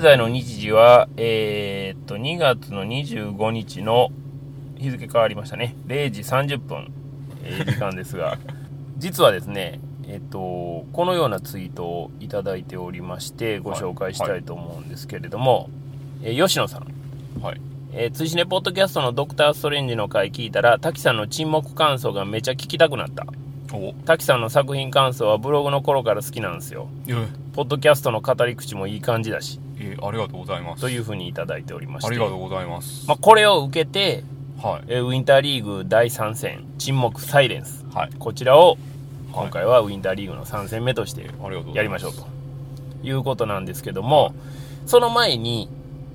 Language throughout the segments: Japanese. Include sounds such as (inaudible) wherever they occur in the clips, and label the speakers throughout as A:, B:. A: 在の日時は、えーっと、2月の25日の日付変わりましたね。0時30分、えー時間ですが、実はですね、えっと、このようなツイートをいただいておりまして、ご紹介したいと思うんですけれども、えー吉野さん。
B: はい。
A: えー、追試ねポッドキャストのドクターストレンジの回聞いたら、滝さんの沈黙感想がめちゃ聞きたくなった。
B: お
A: 滝さんの作品感想はブログの頃から好きなんですよ。
B: え、
A: ポッドキャストの語り口もいい感じだし、
B: えありがとうございます。
A: というふうにいただいておりまして。
B: ありがとうございます。
A: まあ、これを受けて、
B: はい。
A: えーウィンターリーグ第3戦、沈黙サイレンス。
B: はい。
A: こちらを、
B: はい
A: 今回はウィンターリーグの3戦目として
B: ありがとうございます。
A: やりましょうということなんですけども、その前に、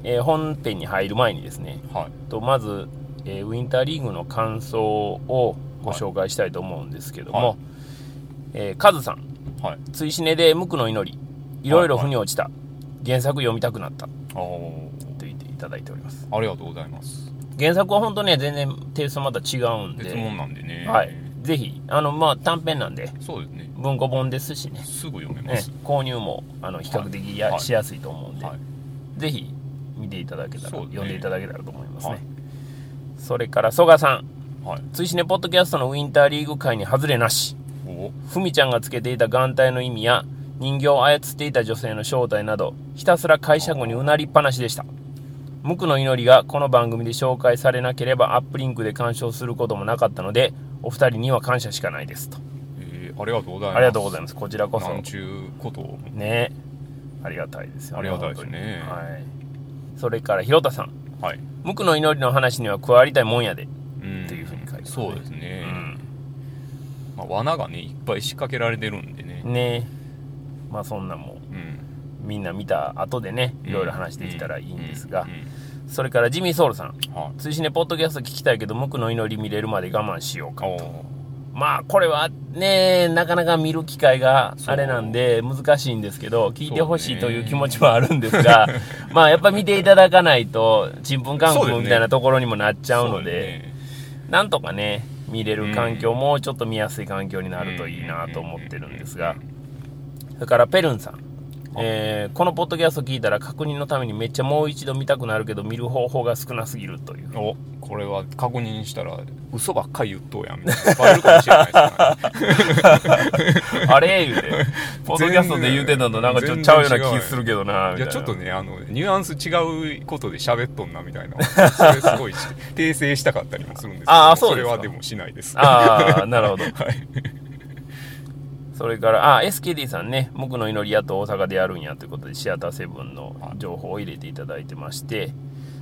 A: えー本編に入る前にですね、
B: はい。
A: とまず、えーウィンターリーグの感想をご紹介したいと思うんですけども、
B: はい
A: えーカズさん
B: はい。
A: 「追試ねで無垢の祈り」「いろいろ腑に落ちた」原作読みたくなった」
B: あお
A: と言っていただいております
B: ありがとうございます。
A: 原作は本当ね全然テイストまた違うん
B: 別
A: で、
B: 物なんでね。
A: はい、ぜひあのまあ短編なんで
B: そうですね。
A: 文庫本ですしね
B: すぐ読めま
A: ね
B: す。
A: 購入もあの比較的や、
B: はい
A: しやすいと思うんで、
B: はい。
A: ぜひ見ていただけたら、
B: そうですね
A: 読んでいただけたらと思いますね、
B: はい
A: それから曽我さん
B: はい。
A: 追試ねポッドキャストのウィンターリーグ会に外れなし
B: お
A: ふみちゃんがつけていた眼帯の意味や人形を操っていた女性の正体などひたすら解釈にうなりっぱなしでした無垢の祈りがこの番組で紹介されなければアップリンクで鑑賞することもなかったのでお二人には感謝しかないですと
B: えーありがとうございます。
A: ありがとうござい
B: ま
A: ますこちらこそ
B: なんちゅうことを。
A: ねありがたいですよね
B: ありがたいですね
A: 本当にはい、それから広田さん
B: はい。
A: 無垢の祈りの話には加わりたいもんやで
B: うん
A: っていうふうに書いてますね
B: そうで
A: う
B: すね。
A: ん
B: まあ、罠がね、いっぱい仕掛けられてるんでね。
A: ねまあそんなんも
B: うん。
A: みんな見た後でね
B: うん
A: いろいろ話できたらいいんですが、
B: うんうん
A: それからジミー・ソウルさん
B: は
A: 「
B: い。
A: 追試ねポッドキャスト聞きたいけど無垢の祈り見れるまで我慢しようか
B: お」
A: まあこれはねなかなか見る機会があれなんで難しいんですけど聞いてほしいという気持ちもあるんですが、 (laughs) まあやっぱ見ていただかないとちんぷんかん
B: そう
A: ぷ
B: です
A: ん
B: ね
A: みたいなところにもなっちゃうので
B: ね
A: なんとかね見れる環境
B: うん
A: もうちょっと見やすい環境になるといいなと思ってるんですが。それからペルンさん。えーこのポッドキャスト聞いたら確認のためにめっちゃもう一度見たくなるけど見る方法が少なすぎるという。
B: おこれは確認したら嘘ばっかり言っとうやんみたい
A: (laughs)
B: なバレるかもしれないですからね
A: あれ言うて。
B: (laughs)
A: ポッドキャストで言うてたのなんかちょっとちゃうような気するけどな。
B: い
A: みたい
B: や
A: な
B: ちょっと。ねあのニュアンス違うことで喋っとんなみ
A: (laughs)
B: たいなそれすごいし訂正したかったりもするんですけど
A: あーそうです
B: れ
A: か
B: はでもしないです
A: ああ、なるほど。
B: はい
A: それから、あ、SKD さんね、僕の祈りやっと大阪でやるんやということで、シアターセブンの情報を入れていただいてまして、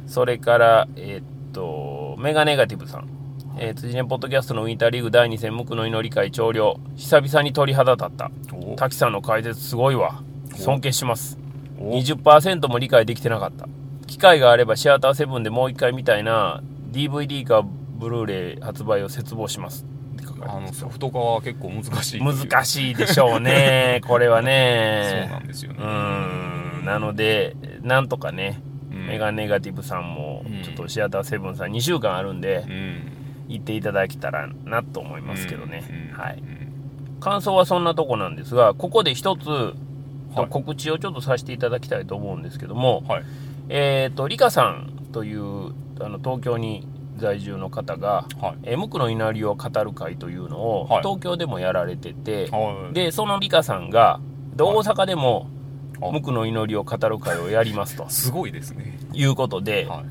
A: それから、えっと、メガネガティブさん。えー、辻根ポッドキャストのウィンターリーグ第2戦、無垢の祈り会長領、久々に鳥肌立った。
B: お
A: 滝さんの解説すごいわ
B: お
A: 尊敬します
B: お
A: 20%も理解できてなかった機会があればシアターセブンでもう一回みたいな DVD かブルーレイ発売を切望しますって書かれて
B: あ
A: ま
B: の
A: す
B: ソフト化は結構難しい
A: 難
B: しい
A: しいでしょう
B: (laughs)
A: ねこれは
B: うそう
A: ね
B: なんですよね
A: うーんなのでなんとかね、
B: うん
A: メガネガティブさんも、
B: うん
A: ちょっとシアターセブンさん2週間あるんで、
B: うん
A: 行っていただけたらなと思いますけどね、
B: うん、
A: はいう
B: ん
A: 感想はそんなとこなんですがここで一つ
B: はい
A: 告知をちょっとさせていただきたいと思うんですけども、
B: はい
A: えっ、とリカさんというあの東京に在住の方が
B: はい
A: 「えー無垢の祈りを語る会」というのを
B: はい
A: 東京でもやられてて、
B: はい
A: でそのリカさんがで
B: はい
A: 大阪でも「
B: あ
A: 無垢の祈りを語る会」をやりますと
B: すごいですね
A: いうことで
B: は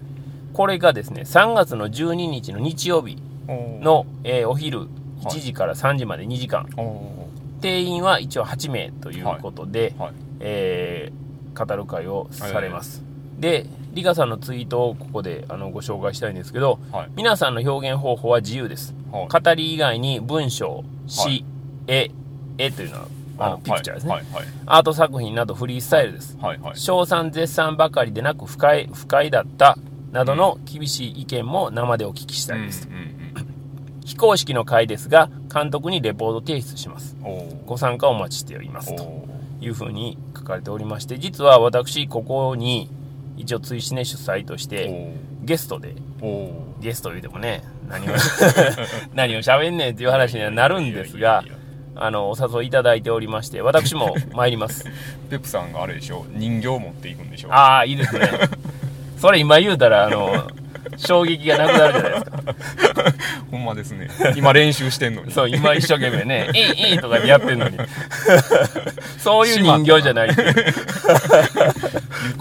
A: これがですね3月の12日の日曜日
B: いお
A: の、えーお昼1時から3時まで2時間、
B: お
A: 定員は一応8名ということで、
B: はい
A: えー語る会をされます、でリカさんのツイートをここであのご紹介したいんですけど
B: はい
A: 皆さんの表現方法は自由です
B: はい
A: 語り以外に文章詩、
B: はい
A: 絵絵というのはあのピクチャーですね、
B: はいはい
A: アート作品などフリースタイルです
B: はいはい
A: 称賛絶賛ばかりでなく不快不快だったなどの厳しい意見も生でお聞きしたいです、
B: うんうん
A: 非公式の会ですが監督にレポート提出します
B: うん、おー
A: ご参加お待ちしております
B: お
A: と
B: ー
A: いうふうに書かれておりまして、実は私、ここに、一応、追試ね主催として、ゲストで、
B: おー
A: (laughs) ゲスト言うてもね、何を、何を喋んねんっていう話にはなるんですが
B: いやいやいやいや、
A: あの、お誘いいただいておりまして、私も参ります。 (laughs)
B: ペプさんがあれでしょ人形持っていくんでしょ
A: ああ、いいですね。それ今言うたら、あの、衝撃がなくなるじゃないですか。
B: ほんまですね。今練習してんの
A: (laughs)
B: に。
A: そう、今一生懸命
B: (laughs)
A: ね、いい、いいとかでやってんのに。そういう人形じゃないっていう。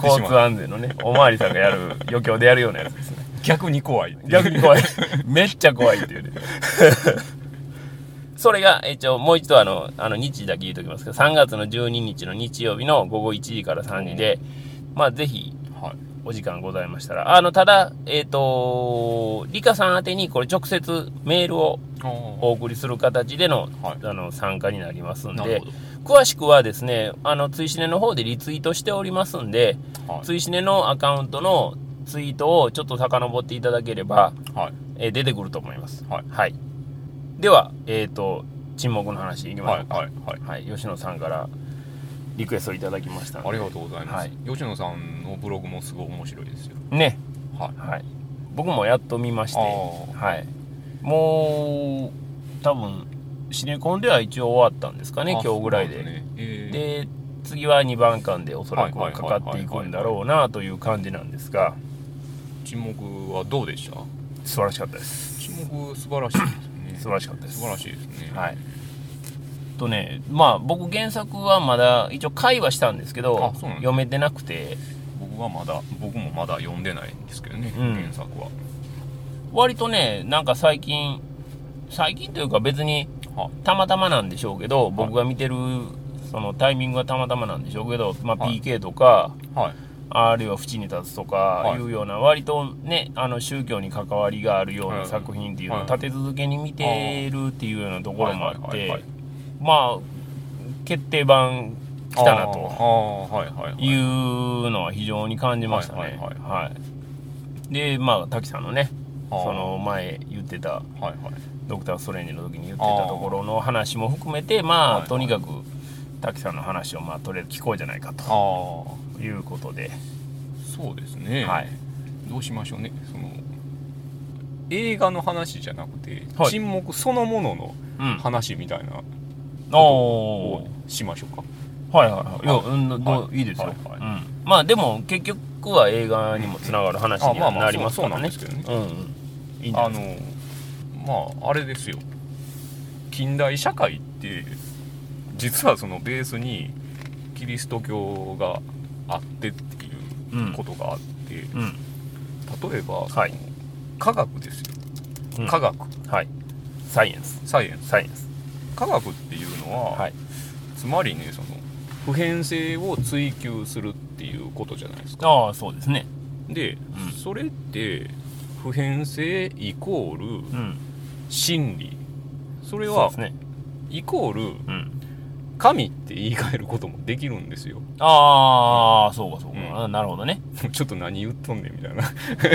A: 交通安全のね、おまわりさんがやる、余興でやるようなやつですね。
B: 逆に怖い
A: 逆に怖い。めっちゃ怖いっていう (laughs) ね。それが、一応、もう一度あの、あの、日時だけ言うときますけど、3月の12日の日曜日の午後1時から3時で、まあ、ぜひ、はい、お時間ございましたら。あの、ただ、えっ、ー、と、リカさん宛てにこれ直接メールをお送りする形での,はい、あの参加になりますんで、詳しくはですね、あの、追試ねの方でリツイートしておりますんで、はい、追試ねのアカウントのツイートをちょっと遡っていただければ、はい、えー、出てくると思います。はい。はい、では、えっ、ー、と、沈黙の話いきましょうか。はい、はい、吉野さんから。リクエストいただきました、ね、
B: ありがとうございます、はい、吉野さんのブログもすごい面白いですよ
A: ねはい、はい、僕もやっと見ましてはいもう多分シネコンでは一応終わったんですかね今日ぐらいでで,ねえー、で次は2番館でおそらくはかかっていくんだろうなという感じなんですが
B: 沈黙はどうでした
A: 素晴らしかったです
B: 沈黙素晴らしいですね
A: 素晴らしかったです
B: 素晴らしいですね
A: はいとねまあ僕原作はまだ一応会話したんですけど読めてなくて
B: 僕はまだ僕もまだ読んでないんですけどね、うん、原作は
A: 割とねなんか最近最近というか別にたまたまなんでしょうけど僕が見てるそのタイミングがたまたまなんでしょうけど、まあ、PK とか、はいはい、あるいは縁に立つとかいうような、割とねあの宗教に関わりがあるような作品っていうのを立て続けに見てるっていうようなところもあって。まあ、決定版来たなというのは非常に感じましたね。で、まあ、滝さんのね、その前言ってた、はいはい、ドクター・ストレンジの時に言ってたところの話も含めて、まあ、とにかく滝さんの話を、まあ、とりあえず聞こうじゃないかということで。
B: そうですね、はい、どうしましょうね。その映画の話じゃなくて、はい、沈黙そのものの話みたいな、うん
A: お
B: をしましょうか
A: はいはいはいいや、うんはい、いいですよ、はいはいうん、まあでも結局は映画にもつながる話にはなりますからね、うんまあ、そうなんですけどね、
B: うん、いいあのまああれですよ近代社会って実はそのベースにキリスト教があってっていうことがあって、例えば、はい、科学ですよ、科学
A: はいサイエンス
B: サイエンス
A: サイエンス
B: 科学っていうのは、はい、つまりねその普遍性を追求するっていうことじゃないですか
A: ああそうですね
B: で、うん、それって普遍性イコール、うん、真理それは、ね、イコール、うん、神って言い換えることもできるんですよ (laughs)
A: ああ、そうかそうか、なるほどね
B: ちょっと何言っとんねんみたいな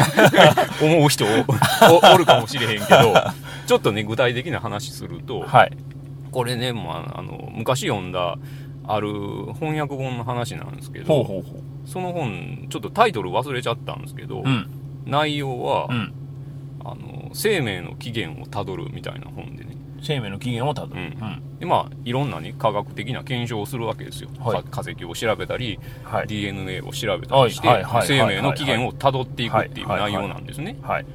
B: (laughs) 思う人おるかもしれへんけど (laughs) ちょっとね具体的な話すると、はい、これね、まあ、あの昔読んだある翻訳本の話なんですけどその本ちょっとタイトル忘れちゃったんですけど、うん、内容は、うん、あの生命の起源をたどるみたいな本でね、
A: 生命の起源をたどる、うん
B: でまあいろんな、ね、科学的な検証をするわけですよ、はい、化石を調べたり、はい、DNA を調べたりして、生命の起源をたどっていくっていう内容なんですね、はい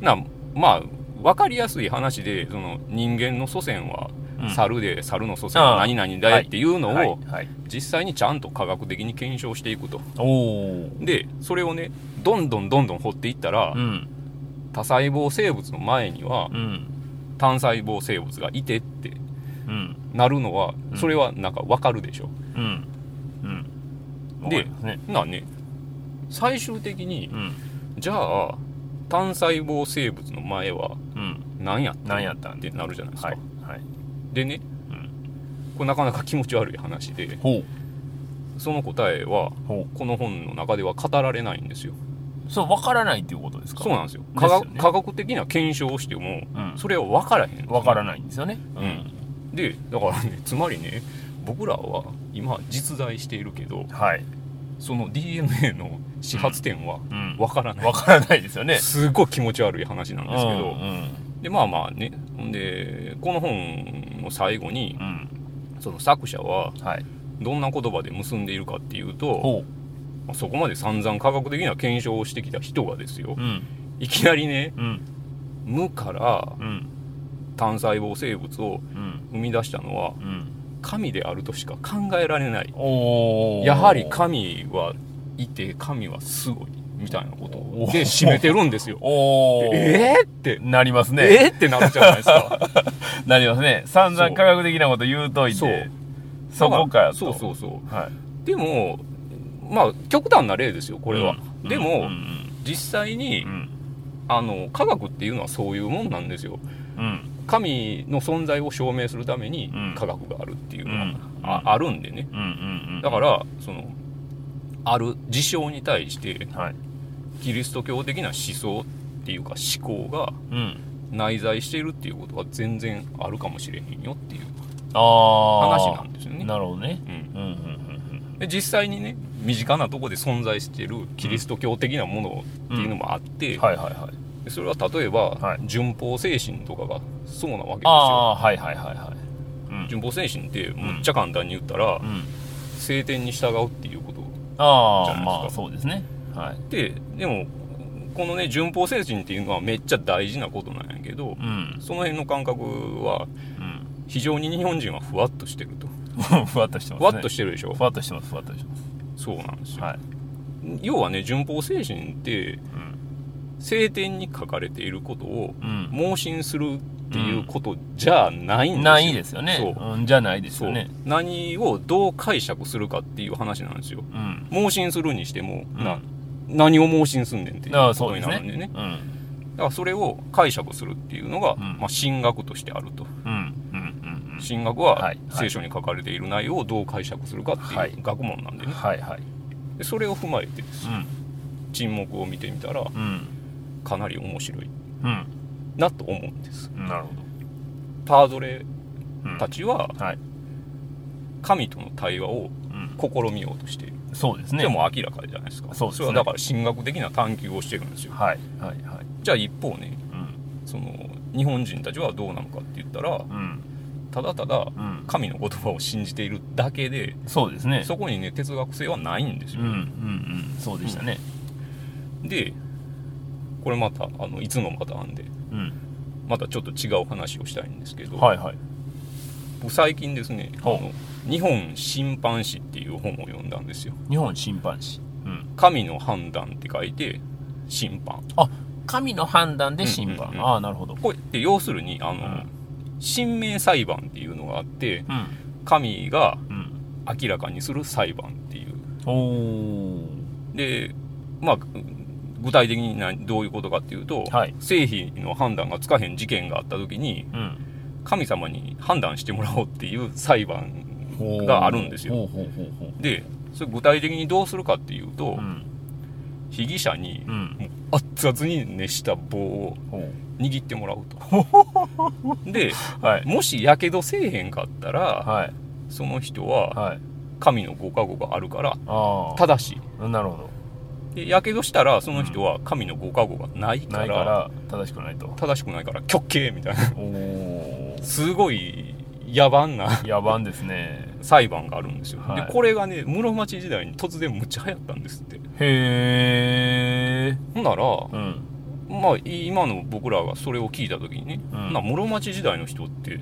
B: なまあ分かりやすい話でその人間の祖先は猿で猿の祖先は何々だよっていうのを実際にちゃんと科学的に検証していくと。でそれをねどんどんどんどん掘っていったら、うん、多細胞生物の前には、うん、単細胞生物がいてってなるのは、うん、それはなんか分かるでしょ。で、ね、なね最終的に、じゃあ単細胞生物の前は何やったんってなるじゃないですか。はいはい、でね、うん、これなかなか気持ち悪い話でその答えはこの本の中では語られないんですよ
A: そう分からないっていうことですか
B: そうなんですよ、ね、科学的な検証をしても、うん、それは分からへん、ね、、
A: 分からないんですよね、うん
B: でだからねつまりね僕らは今実在しているけど、はい、その DNA の始発点は分からない、
A: うん、分からないですよね
B: すごい気持ち悪い話なんですけど、うんうんでまあまあねでこの本の最後に、うん、その作者はどんな言葉で結んでいるかっていうと、まあそこまで散々科学的な検証をしてきた人がですよ、
A: うん
B: いきなりね
A: うん
B: 「無」から
A: うん
B: 単細胞生物を
A: うん
B: 生み出したのは
A: うん
B: 神であるとしか考えられない
A: おー
B: やはり神はいて神はすごいみたいなこと
A: おー
B: で締めてるんで
A: (laughs)
B: すよ。
A: おー
B: えー、って、
A: なりますね
B: えー、ってなるじゃないです (laughs) か。
A: なりますね散々科学的なこと言うとい
B: そう
A: てそこかと
B: そうそうそう
A: はい
B: でもまあ極端な例ですよこれは、
A: うん
B: でも、
A: うん
B: 実際に、
A: うん
B: あの科学っていうのはそういうもんなんですよ
A: うん
B: 神の存在を証明するために
A: うん
B: 科学があるっていうの
A: う
B: は、
A: ん
B: ああるんでね
A: うんうんうん
B: だからそのある事象に対して
A: はい
B: キリスト教的な思想っていうか思考が
A: うん
B: 内在しているっていうことが全然あるかもしれへんよっていう
A: あ
B: 話
A: あ
B: なんですよね。
A: なるほどね
B: うん
A: うんうんうん
B: で実際にね身近なとこで存在しているキリスト教的なものっていうのもあって、
A: うんはいはいはい
B: でそれは例えば、
A: はい
B: 順法精神とかがそうなわけですよ
A: ああーはいはいはいはいうん
B: 順法精神ってむっちゃ簡単に言ったら、
A: うん
B: 聖典に従うっていうこと
A: あ
B: じゃ
A: あ
B: ないですか
A: まあそうですねはい
B: ででもこのね順法精神っていうのはめっちゃ大事なことなんやけど
A: う、ん
B: その辺の感覚は
A: うん
B: 非常に日本人はふわっとしてると、
A: ふわっとしてますね
B: ふわっとしてるでしょ
A: ふわっとしてますふわっとしてま
B: そうなんです
A: す
B: よ、
A: はい
B: 要はね順法精神って聖典に書かれていることを
A: うん
B: 盲信するっていうことじゃないんですよ、
A: ないですよね
B: そう
A: うんじゃないです
B: そう
A: よね
B: 何をどう解釈するかっていう話なんですよ
A: うん
B: 盲信するにしても、
A: うん
B: な何を盲信すんねんっていう
A: ああ
B: こ
A: そ
B: と
A: うで
B: に
A: す
B: なる
A: ね
B: んでね
A: うん
B: だからそれを解釈するっていうのが、
A: うん
B: まあ、神学としてあると
A: うんうん
B: 神学
A: は
B: はい聖書に書かれている内容をどう解釈するかって
A: はい
B: いう学問なんで
A: うん
B: ね、
A: はいはい
B: でそれを踏まえてです
A: うん
B: 沈黙を見てみたら
A: うん
B: かなり面白い
A: うん
B: なと思うんです
A: なるほど
B: パードレ
A: うん
B: たちは
A: はい
B: 神との対話を
A: うん
B: 試みようとしている、
A: そうですね
B: でも明らかじゃないですか
A: そうですね
B: れはだから神学的な探求をしてるんですよ
A: はいはいはい
B: じゃあ一方ね
A: うん
B: その日本人たちはどうなのかって言ったら
A: うん
B: ただただ
A: うん
B: 神の言葉を信じているだけで
A: そうですね
B: そこにね哲学性はないんです
A: う
B: よ、
A: んうんうんそうでしたね
B: でこれまたあのいつのパターンで
A: うん
B: またちょっと違う話をしたいんですけど、
A: はいはい
B: 僕最近ですねあ
A: ほう
B: の日本審判史っていう本を読んだんですよ
A: 日本審判士うん
B: 神の判断って書いて審判
A: あ神の判断で審判
B: うんうんうん
A: ああなるほど
B: これって要するにあの、
A: うん
B: 神明裁判っていうのがあって
A: うん
B: 神が
A: うん
B: 明らかにする裁判っていう
A: おお
B: でまあ具体的になどういうことかっていうと、
A: はい
B: 正否の判断がつかへん事件があった時に
A: うん
B: 神様に判断してもらおうっていう裁判があるんですよ
A: ほうほうほうほう
B: でそれ具体的にどうするかっていうと、
A: うん
B: 被疑者に
A: うん
B: もう熱々に熱した棒を
A: ほ
B: 握ってもらう
A: (laughs)
B: とで
A: うはい
B: もしやけどせえへんかったら、
A: はい
B: その人は
A: はい
B: 神のご加護があるから
A: ああ
B: 正しい
A: なるほ
B: でやけどしたらその人は神のご加護がない
A: どな
B: か
A: いからら正しく
B: (laughs)
A: ないと
B: 正しくないから極刑みたいな
A: おお
B: すごい野蛮な
A: 野蛮ですね
B: 裁判があるんですよ、
A: はい
B: でこれがね室町時代に突然むっちゃ流行ったんですって
A: へえ
B: ほんなら、
A: うん
B: まあ今の僕らがそれを聞いた時にね、
A: うん
B: な室町時代の人って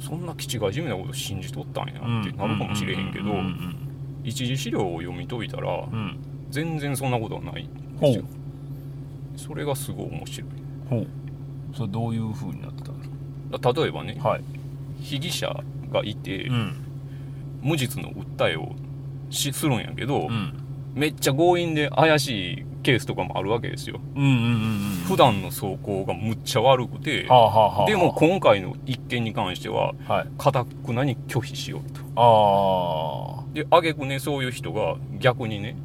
B: そんな気違いじみなこと信じとったんやってなるかもしれへんけど
A: うんうん
B: 一次資料を読み解いたら
A: うんうん
B: 全然そんなことはないんですよそれがすごい面白い
A: ほうそれどういう風になってたんです
B: だ例えばね
A: かはい
B: 被疑者がいて
A: うん
B: 無実の訴えをしするんやけど、
A: うん
B: めっちゃ強引で怪しいケースとかもあるわけですよ
A: うんうんうん
B: 普段の走行がむっちゃ悪くて
A: はあはあはあ
B: でも今回の一件に関しては
A: はい
B: かたくなに拒否しようと
A: あ
B: で挙句ねそういう人が逆にね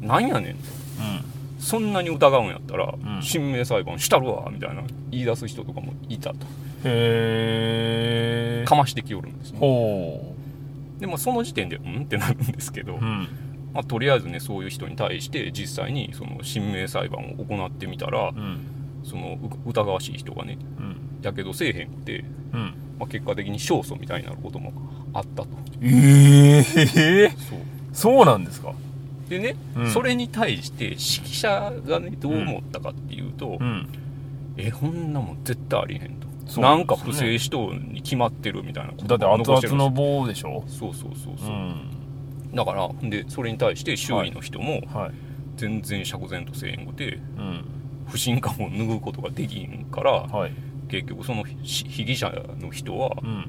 B: なんやねんと
A: あ
B: そんなに疑うんやったら、
A: ん
B: 新明裁判したるわみたいな言い出す人とかもいたと
A: うんへえ
B: かましてきおるんですね
A: ほ
B: でまあその時点でうんってなるんですけど、
A: ううん
B: まあ、とりあえずねそういう人に対して実際にその新明裁判を行ってみたら
A: うん
B: そのう疑わしい人がね
A: うん
B: やけどせえへんくて
A: うん
B: まあ、結果的に勝訴みたいになることもあったと
A: ええー、そうそうなんですか
B: でね、うん、それに対して指揮者がねどう思ったかっていうと、うん、うん、えこんなもん絶対ありへんとね、なんか不正しとに決まってるみたいな
A: だって熱々の棒でしょ、
B: そうそうそうそう、うん、だからでそれに対して周囲の人も全然釈然とせえへんごて、うん、不信感を拭うことができんから、はい、結局その被疑者の人は、うん、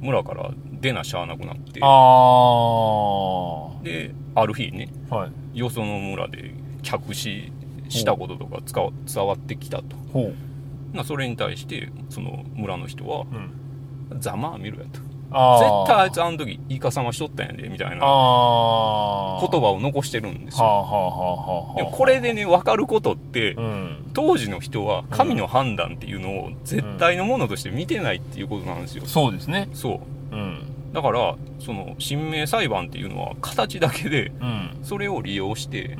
B: 村から出なしゃあなくなってあである日ね、はい、よその村で客死したこととか伝わってきたと。ほうなそれに対してその村の人は「ざまあ見ろや」と。絶対あいつあの時イカサマしとったんやでみたいな言葉を残してるんですよ。でこれでね分かることって、うん、当時の人は神の判断っていうのを絶対のものとして見てないっていうことなんですよ。うん
A: そうですね
B: そう、うん、だからその神明裁判っていうのは形だけで、うん、それを利用して、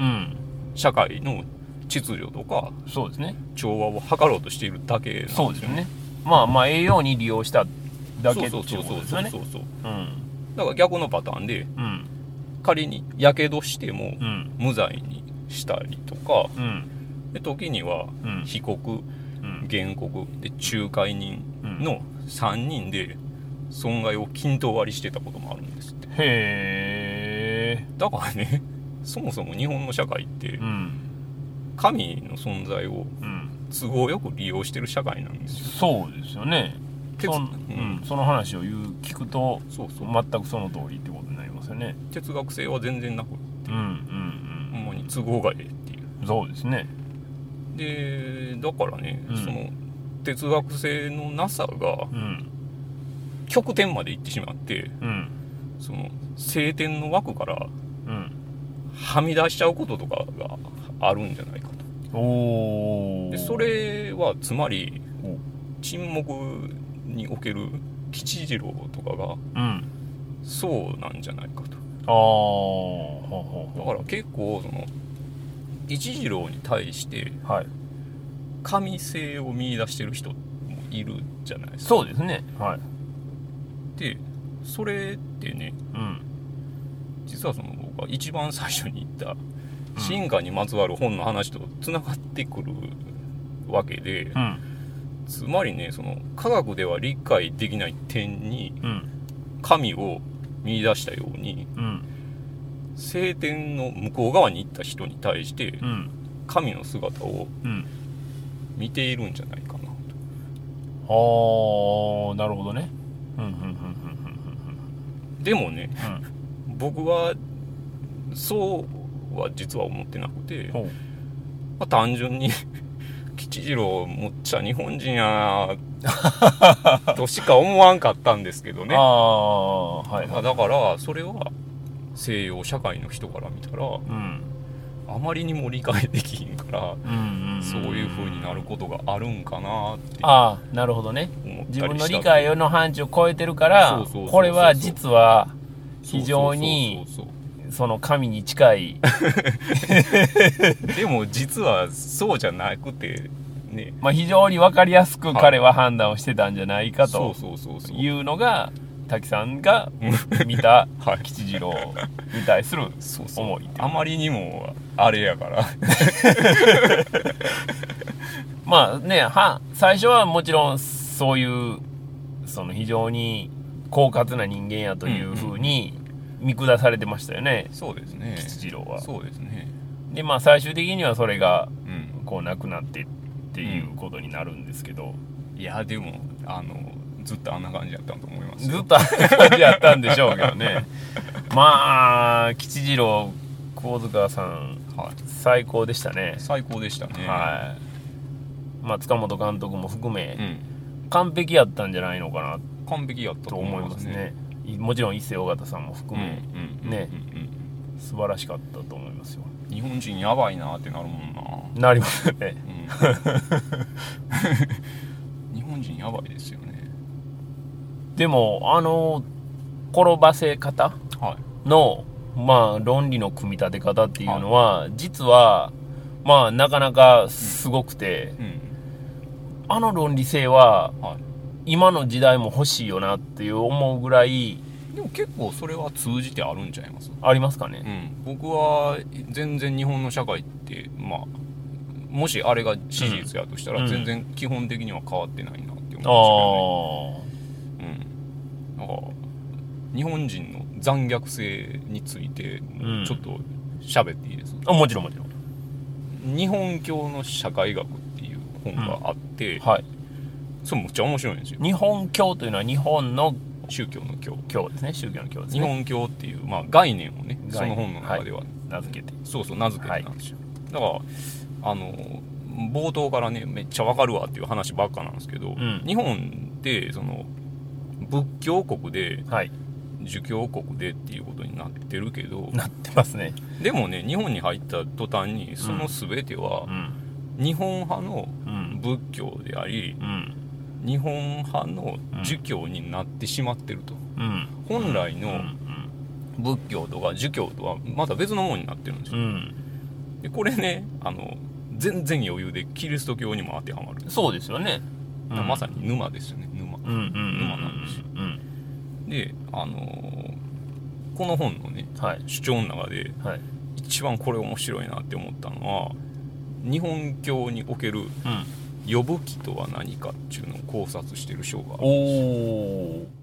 B: 社会の秩序とか
A: そうですね
B: 調和を図ろうとしているだけなんですよね。そうですね
A: まあまあ栄養に利用しただけって
B: いう、
A: ことですね。そうそうそうそう、うん
B: だから逆のパターンで、うん、仮にやけどしても、うん、無罪にしたりとか、うん、で時には被告、原告で仲介人の3人で損害を均等割りしてたこともあるんですって
A: へえ
B: だからね (laughs) そもそも日本の社会って、うん神の存在を都合よく利用してる社会なんです
A: よ、そうですよねそ,、うん、その話を言う聞くとそうそう全くその通りってことになりますよね
B: 哲学性は全然なくってうんうんうん主に都合がええっていう
A: そうですね
B: でだからね、うん、その哲学性のなさが、うん、極点まで行ってしまって、うん、その晴天の枠から、うん、はみ出しちゃうこととかがあるんじゃないかとでそれはつまり沈黙における吉次郎とかが、うん、そうなんじゃないかとあだから結構その吉次郎に対して神性を見いだしてる人もいるじゃないですか
A: そうですねはい
B: でそれってね、うん、実はその僕が一番最初に言った進化にまつわる本の話とつながってくるわけで、うん、つまりねその科学では理解できない点に神を見いだしたように、うん、晴天の向こう側に行った人に対して、神の姿を見ているんじゃないかなと。
A: はあなるほどね。
B: でもね、うん、僕はそうは実は思ってなくて、まあ、単純に (laughs) 吉次郎もっちゃ日本人や
A: (laughs)
B: なとしか思わんかったんですけどね、はいはい、だからそれは西洋社会の人から見たら、うん、あまりにも理解できひんから、そういうふうになることがあるんかなって
A: ああなるほどね自分の理解の範疇を超えてるからこれは実は非常にそうそうそうそうその神に近 (laughs) い
B: でも実はそうじゃなくてね
A: まあ非常に分かりやすく彼は判断をしてたんじゃないかというのが滝さん (laughs) が見た吉次郎に対する思い
B: あまりにもあれやから
A: まあねは最初はもちろんそういうその非常に狡猾な人間やというふうに、うん、見下されてましたよね
B: そうですね
A: 吉次郎は
B: そうですね
A: でまあ最終的にはそれが、うん、こうなくなってっていうことになるんですけど、
B: うん、いやでもあのずっとあんな感じだったと思います
A: ずっとあんな感じだったんでしょうけどねまあ吉次郎神塚さん、はい、最高でしたね
B: 最高でしたね
A: はいまあ塚本監督も含め、うん、完璧やったんじゃないのかな
B: 完璧やったと
A: 思いますねもちろん伊勢尾形さんも含めね素晴らしかったと思いますよ
B: 日本人やばいなってなるもん
A: ななりますね、 (laughs)
B: うん、日本人やばいですよね
A: でもあの転ばせ方の、はい、まあ論理の組み立て方っていうのは、はい、実はまあなかなかすごくて、うんうん、あの論理性は、はい今の時代も欲しいよなっていう思うぐらい
B: でも結構それは通じてあるんちゃいます
A: ありますかね、
B: うん、僕は全然日本の社会ってまあもしあれが史実やとしたら、
A: うん
B: 全然基本的には変わってないなって思いましたけどね、うん、なんか日本人の残虐性について
A: うん
B: ちょっと喋っていいです
A: ああもちろんもちろん
B: 日本教の社会学っていう本があって、
A: はい
B: それむっちゃ面白いんですよ
A: 日本教というのは日本の
B: 宗教の教
A: 教ですね宗教の教です
B: 日
A: ね
B: 本教っていう、まあ、概念をね
A: 概念
B: その本の中では、
A: 名付けて
B: そうそう名付けてたんですよ、だからあの冒頭からねめっちゃわかるわっていう話ばっかなんですけど、
A: ん
B: 日本ってその仏教国で
A: はい
B: 儒教国でっていうことになってるけど
A: なってますね
B: でもね日本に入った途端にその全ては
A: うん
B: 日本派の
A: うん
B: 仏教であり
A: うん
B: 日本派の儒教になってしまってると、
A: うん
B: 本来
A: う
B: の
A: ん
B: 仏教とか儒教とはまた別のものになってるんです
A: う
B: よ、
A: ん
B: でこれねあの全然余裕でキリスト教にも当てはまるんです
A: そうですよね
B: だからまさに沼ですよね沼
A: うんうんうん
B: 沼なんですよ
A: うん
B: であのーこの本のね
A: はい
B: 主張の中で
A: はい
B: 一番これ面白いなって思ったのは日本教における
A: うん
B: 呼ぶ気とは何かっていうのを考察してる章がある
A: おお